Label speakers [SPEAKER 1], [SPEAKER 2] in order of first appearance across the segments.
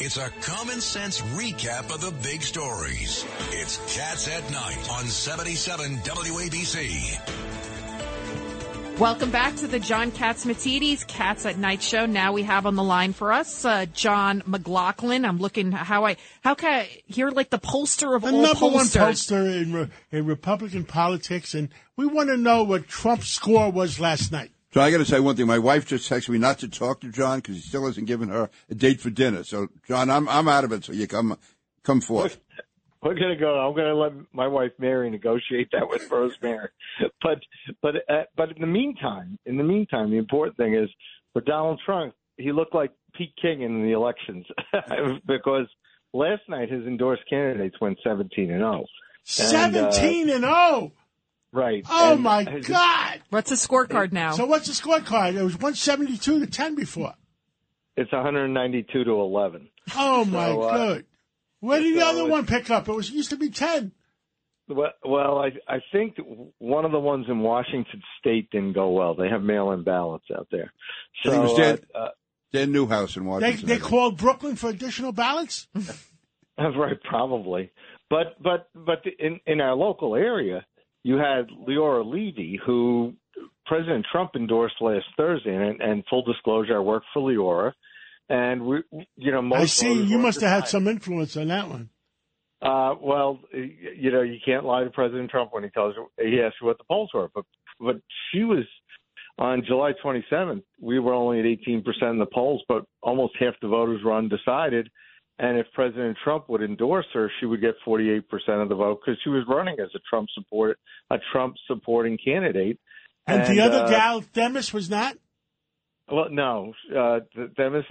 [SPEAKER 1] It's a common sense recap of the big stories. It's Cats at Night on 77 WABC.
[SPEAKER 2] Welcome back to the John Katz Matidis Cats at Night show. Now we have on the line for us uh, John McLaughlin. I'm looking how I how can I, you're like the pollster of
[SPEAKER 3] the
[SPEAKER 2] all
[SPEAKER 3] number one
[SPEAKER 2] pollsters.
[SPEAKER 3] pollster in, re- in Republican politics, and we want to know what Trump's score was last night.
[SPEAKER 4] So I got to say one thing. My wife just texted me not to talk to John because he still hasn't given her a date for dinner. So John, I'm I'm out of it. So you come come forth.
[SPEAKER 5] We're gonna go. I'm gonna let my wife Mary negotiate that with Rosemary. But but uh, but in the meantime, in the meantime, the important thing is for Donald Trump, he looked like Pete King in the elections because last night his endorsed candidates went 17 and 0. And, uh,
[SPEAKER 3] Seventeen and zero.
[SPEAKER 5] right?
[SPEAKER 3] Oh
[SPEAKER 5] And
[SPEAKER 3] my
[SPEAKER 5] his-
[SPEAKER 3] God!
[SPEAKER 2] What's the scorecard now?
[SPEAKER 3] So what's the scorecard? It was one seventy two to ten before.
[SPEAKER 5] It's 192 to 11.
[SPEAKER 3] Oh my
[SPEAKER 5] So, uh,
[SPEAKER 3] God! Where did the
[SPEAKER 5] so
[SPEAKER 3] other
[SPEAKER 5] it's-
[SPEAKER 3] one pick up? It was used to be ten.
[SPEAKER 5] Well, well, I I think one of the ones in Washington State didn't go well. They have mail-in ballots out there.
[SPEAKER 4] I think it was
[SPEAKER 5] So
[SPEAKER 4] Dan-
[SPEAKER 5] uh,
[SPEAKER 4] Dan Newhouse in
[SPEAKER 3] They
[SPEAKER 4] Washington.
[SPEAKER 3] they called Brooklyn for additional ballots.
[SPEAKER 5] Right, probably. But but but in in our local area, you had Leora Levy, who President Trump endorsed last Thursday, and, and full disclosure, I worked for Leora, and we, you know, most
[SPEAKER 3] I see.
[SPEAKER 5] voters
[SPEAKER 3] You
[SPEAKER 5] were
[SPEAKER 3] must have had
[SPEAKER 5] undecided.
[SPEAKER 3] some influence on that one.
[SPEAKER 5] Uh, well, y- you know, you can't lie to President Trump when he tells you he asks you what the polls were, but but she was on July 27th. We were only at 18 percent in the polls, but almost half the voters were undecided. And if President Trump would endorse her, she would get 48 percent of the vote because she was running as a Trump support a Trump supporting candidate.
[SPEAKER 3] And, the other
[SPEAKER 5] uh,
[SPEAKER 3] gal, Demis, was not.
[SPEAKER 5] well, no, uh, th- that was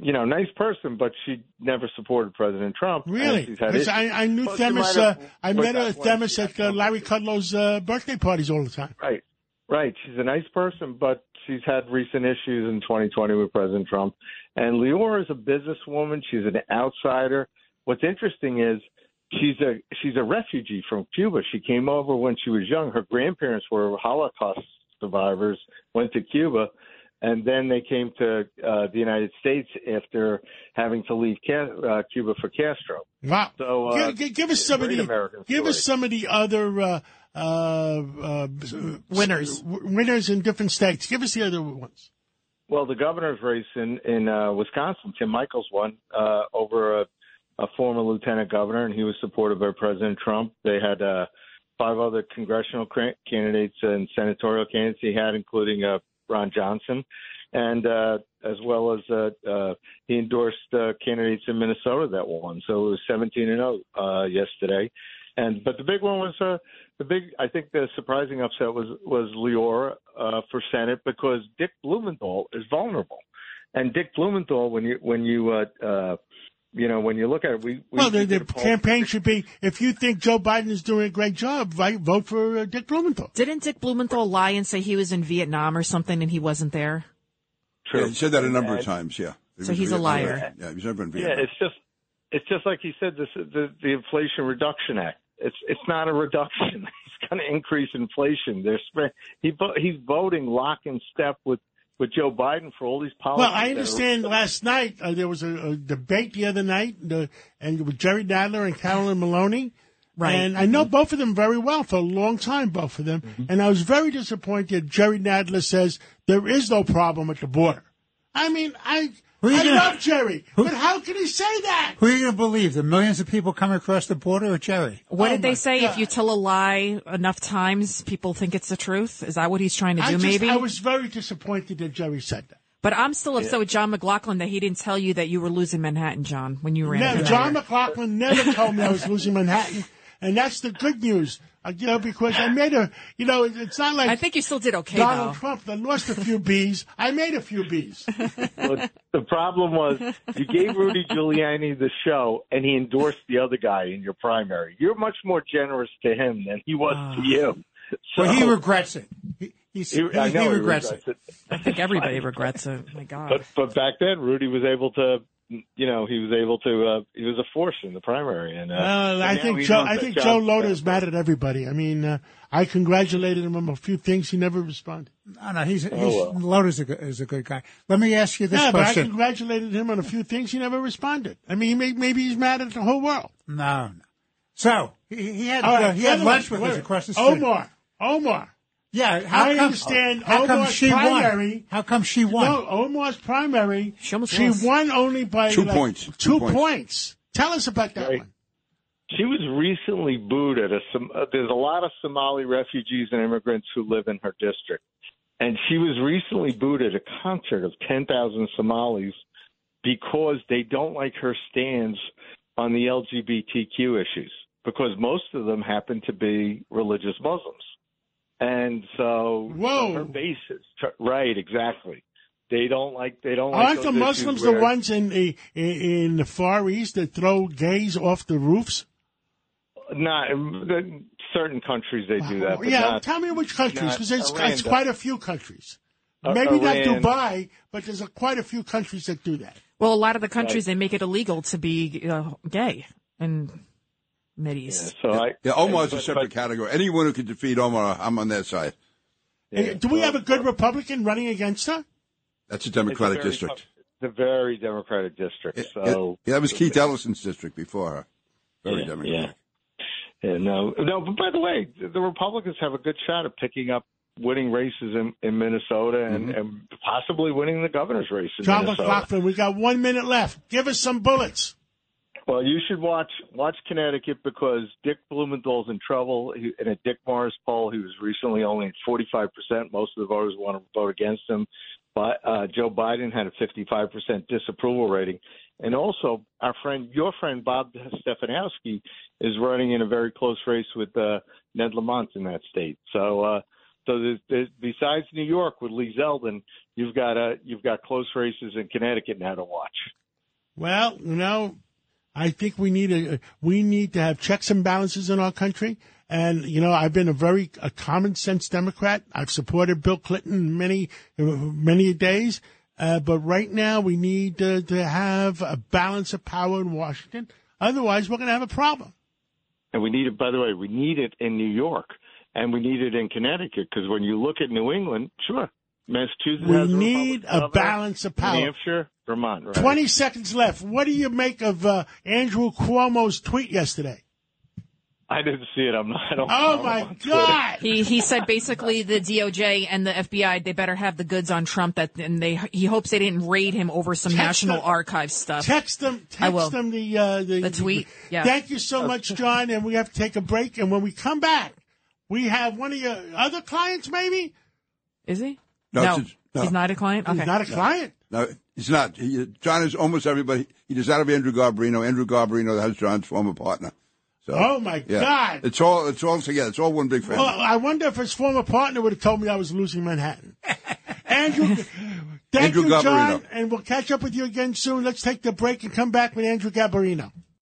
[SPEAKER 5] you know nice person, but she never supported President Trump. and
[SPEAKER 3] Really?
[SPEAKER 5] she's had
[SPEAKER 3] Because
[SPEAKER 5] issues.
[SPEAKER 3] I, I knew
[SPEAKER 5] Well, she
[SPEAKER 3] Themis.
[SPEAKER 5] might
[SPEAKER 3] Uh,
[SPEAKER 5] have-
[SPEAKER 3] I
[SPEAKER 5] but
[SPEAKER 3] met her
[SPEAKER 5] that's
[SPEAKER 3] at
[SPEAKER 5] why
[SPEAKER 3] Themis
[SPEAKER 5] she
[SPEAKER 3] at
[SPEAKER 5] got
[SPEAKER 3] uh, Larry
[SPEAKER 5] voted.
[SPEAKER 3] Kudlow's uh, birthday parties all the time.
[SPEAKER 5] Right, right. She's a nice person, but she's had recent issues in 2020 with President Trump. And Leora is a businesswoman. She's an outsider. What's interesting is she's a she's a refugee from Cuba. She came over when she was young. Her grandparents were Holocaust survivors. Went to Cuba. And then they came to uh, the United States after having to leave Ca- uh, Cuba for Castro.
[SPEAKER 3] Wow.
[SPEAKER 5] So, uh,
[SPEAKER 3] give, give us some of
[SPEAKER 5] great
[SPEAKER 3] the
[SPEAKER 5] American
[SPEAKER 3] give us
[SPEAKER 5] story.
[SPEAKER 3] some of the other uh, uh, uh,
[SPEAKER 2] Winners.
[SPEAKER 3] w- winners in different states. Give us the other ones.
[SPEAKER 5] Well, the governor's race in in uh, Wisconsin, Tim Michaels won uh, over a, a former lieutenant governor, and he was supported by President Trump. They had uh, five other congressional cra- candidates and senatorial candidates he had, including uh, Ron Johnson, and uh, as well as uh, uh, he endorsed uh, candidates in Minnesota that won. So it was 17 and 0 uh, yesterday. And but the big one was uh, the big. I think the surprising upset was was Leora uh, for Senate because Dick Blumenthal is vulnerable, and Dick Blumenthal when you when you uh, uh, you know when you look at it, we, we
[SPEAKER 3] well, the,
[SPEAKER 5] we
[SPEAKER 3] the
[SPEAKER 5] did a poll-
[SPEAKER 3] campaign should be if you think Joe Biden is doing a great job, right, vote for uh, Dick Blumenthal.
[SPEAKER 2] Didn't Dick Blumenthal lie and say he was in Vietnam or something and he wasn't there?
[SPEAKER 4] Yeah, he said that a number of times. Yeah.
[SPEAKER 2] So he's a liar.
[SPEAKER 4] Yeah, he's never going to be.
[SPEAKER 5] Yeah, it's just it's just like he said. This the the Inflation Reduction Act. It's it's not a reduction. It's going to increase inflation. They're sp- he vo- he's voting lock and step with with Joe Biden for all these policies.
[SPEAKER 3] Well, I
[SPEAKER 5] that are-
[SPEAKER 3] understand last night uh, there was a, a debate the other night the, and with Jerry Nadler and Carolyn Maloney.
[SPEAKER 2] Right.
[SPEAKER 3] And I know both of them very well for a long time, both of them.
[SPEAKER 5] Mm-hmm.
[SPEAKER 3] And I was very disappointed. Jerry Nadler says there is no problem at the border. I mean, I,
[SPEAKER 6] Who are you
[SPEAKER 3] I
[SPEAKER 6] gonna-
[SPEAKER 3] love Jerry, but how can he say that?
[SPEAKER 6] Who are you going to believe? The millions of people coming across the border or Jerry?
[SPEAKER 2] What
[SPEAKER 3] Oh
[SPEAKER 2] did they
[SPEAKER 3] my
[SPEAKER 2] say? If
[SPEAKER 3] God.
[SPEAKER 2] you tell a lie enough times, people think it's the truth. Is that what he's trying to do?
[SPEAKER 3] I, just,
[SPEAKER 2] maybe.
[SPEAKER 3] I was very disappointed that Jerry said that.
[SPEAKER 2] but I'm still upset with John McLaughlin that he didn't tell you that you were losing Manhattan, John, when you ran.
[SPEAKER 3] No,
[SPEAKER 2] for
[SPEAKER 3] John
[SPEAKER 2] mayor.
[SPEAKER 3] McLaughlin never told me I was losing Manhattan, and that's the good news. Uh, you know, because I made a, you know, it- it's not like
[SPEAKER 2] I think you still did okay
[SPEAKER 3] Donald
[SPEAKER 2] though.
[SPEAKER 3] Trump that lost a few bees. I made a few bees.
[SPEAKER 5] But the problem was you gave Rudy Giuliani the show, and he endorsed the other guy in your primary. You're much more generous to him than he was to you. So
[SPEAKER 6] Ah. Well, he regrets it. He, he's-
[SPEAKER 5] Oh. he- I
[SPEAKER 6] he-
[SPEAKER 5] know
[SPEAKER 6] he regrets it.
[SPEAKER 5] it.
[SPEAKER 2] I think everybody regrets it. My God.
[SPEAKER 5] But but back then, Rudy was able to you know, he was able to. Uh, he was a force in the primary, and uh,
[SPEAKER 3] Uh, I
[SPEAKER 5] now
[SPEAKER 3] think
[SPEAKER 5] he's
[SPEAKER 3] Joe.
[SPEAKER 5] on
[SPEAKER 3] I
[SPEAKER 5] the
[SPEAKER 3] think
[SPEAKER 5] job
[SPEAKER 3] Joe
[SPEAKER 5] to
[SPEAKER 3] Loder's
[SPEAKER 5] back.
[SPEAKER 3] mad at everybody. I mean, uh, I congratulated him on a few things. He never responded.
[SPEAKER 6] No, no, he's, he's
[SPEAKER 5] Oh, well.
[SPEAKER 6] Loder's a good, is a good guy. Let me ask you this
[SPEAKER 3] Yeah, but I
[SPEAKER 6] question.
[SPEAKER 3] congratulated him on a few things. He never responded. I mean, he may, maybe he's mad at the whole world.
[SPEAKER 6] No, no. So he, he had
[SPEAKER 3] All
[SPEAKER 6] uh,
[SPEAKER 3] right,
[SPEAKER 6] he had
[SPEAKER 3] anyway,
[SPEAKER 6] lunch with
[SPEAKER 3] wait
[SPEAKER 6] us
[SPEAKER 3] a
[SPEAKER 6] across the street.
[SPEAKER 3] minute. Omar. Omar.
[SPEAKER 6] Yeah, how
[SPEAKER 3] I
[SPEAKER 6] come,
[SPEAKER 3] understand
[SPEAKER 6] How come
[SPEAKER 3] Omar's
[SPEAKER 6] she won?
[SPEAKER 3] primary-
[SPEAKER 6] How come she won?
[SPEAKER 3] No, Omar's primary.
[SPEAKER 2] She almost
[SPEAKER 3] She
[SPEAKER 2] lost.
[SPEAKER 3] won only by
[SPEAKER 4] Two
[SPEAKER 3] like,
[SPEAKER 4] points.
[SPEAKER 3] Two,
[SPEAKER 4] Two
[SPEAKER 3] points.
[SPEAKER 4] points.
[SPEAKER 3] Tell us about that
[SPEAKER 5] Right.
[SPEAKER 3] one.
[SPEAKER 5] She was recently booed at a. Som- uh, There's a lot of Somali refugees and immigrants who live in her district, and she was recently booed at a concert of 10,000 Somalis because they don't like her stands on the LGBTQ issues. Because most of them happen to be religious Muslims, and so
[SPEAKER 3] Whoa.
[SPEAKER 5] her base is right exactly. They don't like they don't like.
[SPEAKER 3] Aren't the
[SPEAKER 5] those issues
[SPEAKER 3] Muslims the
[SPEAKER 5] where-
[SPEAKER 3] ones in the in, in the Far East that throw gays off the roofs?
[SPEAKER 5] Not in certain countries they do that. but
[SPEAKER 3] yeah,
[SPEAKER 5] not-
[SPEAKER 3] tell me which countries
[SPEAKER 5] not
[SPEAKER 3] because it's,
[SPEAKER 5] Iran
[SPEAKER 3] it's
[SPEAKER 5] does.
[SPEAKER 3] quite a few countries.
[SPEAKER 5] Ar-
[SPEAKER 3] Maybe
[SPEAKER 5] Iran.
[SPEAKER 3] not Dubai, but there's a, quite a few countries that do that.
[SPEAKER 2] Well, a lot of the countries they make it illegal to be uh, gay in Mid East.
[SPEAKER 5] So I,
[SPEAKER 4] Yeah, Omar's a
[SPEAKER 5] but-
[SPEAKER 4] separate category. Anyone who can defeat Omar, I'm on that side.
[SPEAKER 5] but- yeah,
[SPEAKER 3] Do we
[SPEAKER 5] so
[SPEAKER 3] have a good Republican running against her?
[SPEAKER 4] That's a
[SPEAKER 5] it's a
[SPEAKER 4] uh, Democratic
[SPEAKER 5] very
[SPEAKER 4] district.
[SPEAKER 5] tough- It's a very Democratic district.
[SPEAKER 4] Yeah,
[SPEAKER 5] So
[SPEAKER 4] yeah, that was Keith Ellison's district before her. Very
[SPEAKER 5] Yeah,
[SPEAKER 4] Democratic.
[SPEAKER 5] yeah, no, no. But by the way, the Republicans have a good shot at picking up winning races in, in Minnesota and,
[SPEAKER 4] Mm-hmm.
[SPEAKER 5] and possibly winning the governor's race in
[SPEAKER 3] John
[SPEAKER 5] Minnesota.
[SPEAKER 3] McLaughlin, we got one minute left. Give us some bullets.
[SPEAKER 5] Well, you should watch watch Connecticut because Dick Blumenthal's in trouble. He, in a Dick Morris poll, he was recently only at 45 percent. Most of the voters want to vote against him. But uh, Joe Biden had a 55 percent disapproval rating, and also our friend, your friend Bob Stefanowski, is running in a very close race with uh, Ned Lamont in that state. So, uh, so there's, there's, besides New York with Lee Zeldin, you've got uh, you've got close races in Connecticut now to watch.
[SPEAKER 3] Well, you know, I think we need a we need to have checks and balances in our country. And you know, I've been a very a common sense Democrat. I've supported Bill Clinton many many days. Uh, but right now, we need to, to have a balance of power in Washington. Otherwise, we're going to have a problem.
[SPEAKER 5] And we need it, by the way, we need it in New York and we need it in Connecticut because when you look at New England, sure, Massachusetts
[SPEAKER 3] We
[SPEAKER 5] has a
[SPEAKER 3] need a
[SPEAKER 5] Republican governor,
[SPEAKER 3] balance of
[SPEAKER 5] New
[SPEAKER 3] power.
[SPEAKER 5] Hampshire, Vermont, right?
[SPEAKER 3] 20 seconds left. What do you make of uh, Andrew Cuomo's tweet yesterday?
[SPEAKER 5] I didn't see it. I'm not. I don't, I
[SPEAKER 3] Oh,
[SPEAKER 5] don't
[SPEAKER 3] my
[SPEAKER 5] want to-
[SPEAKER 3] God.
[SPEAKER 2] He he said basically the DOJ and the FBI they better have the goods on Trump that and they he hopes they didn't raid him over some
[SPEAKER 3] Text
[SPEAKER 2] National
[SPEAKER 3] them.
[SPEAKER 2] Archives stuff.
[SPEAKER 3] Text them.
[SPEAKER 2] I will.
[SPEAKER 3] Text them the uh, the,
[SPEAKER 2] The tweet, yeah.
[SPEAKER 3] Thank you so much, John. And we have to take a break. And when we come back, we have one of your other clients. Maybe
[SPEAKER 2] Is he?
[SPEAKER 4] No, it's- no.
[SPEAKER 2] he's not a client. Okay.
[SPEAKER 3] uh, he's not a client.
[SPEAKER 4] No, he's not. He, John is almost everybody. He does that of Andrew Garbarino. Andrew Garbarino, that is John's former partner. So,
[SPEAKER 3] Oh my
[SPEAKER 4] yeah.
[SPEAKER 3] God!
[SPEAKER 4] It's all. It's all together. It's all one big family.
[SPEAKER 3] Well, I wonder if his former partner would have told me I was losing Manhattan. Andrew, thank
[SPEAKER 4] Andrew
[SPEAKER 3] you, John.
[SPEAKER 4] Gabarino.
[SPEAKER 3] And we'll catch up with you again soon. Let's take the break and come back with Andrew Gabarino.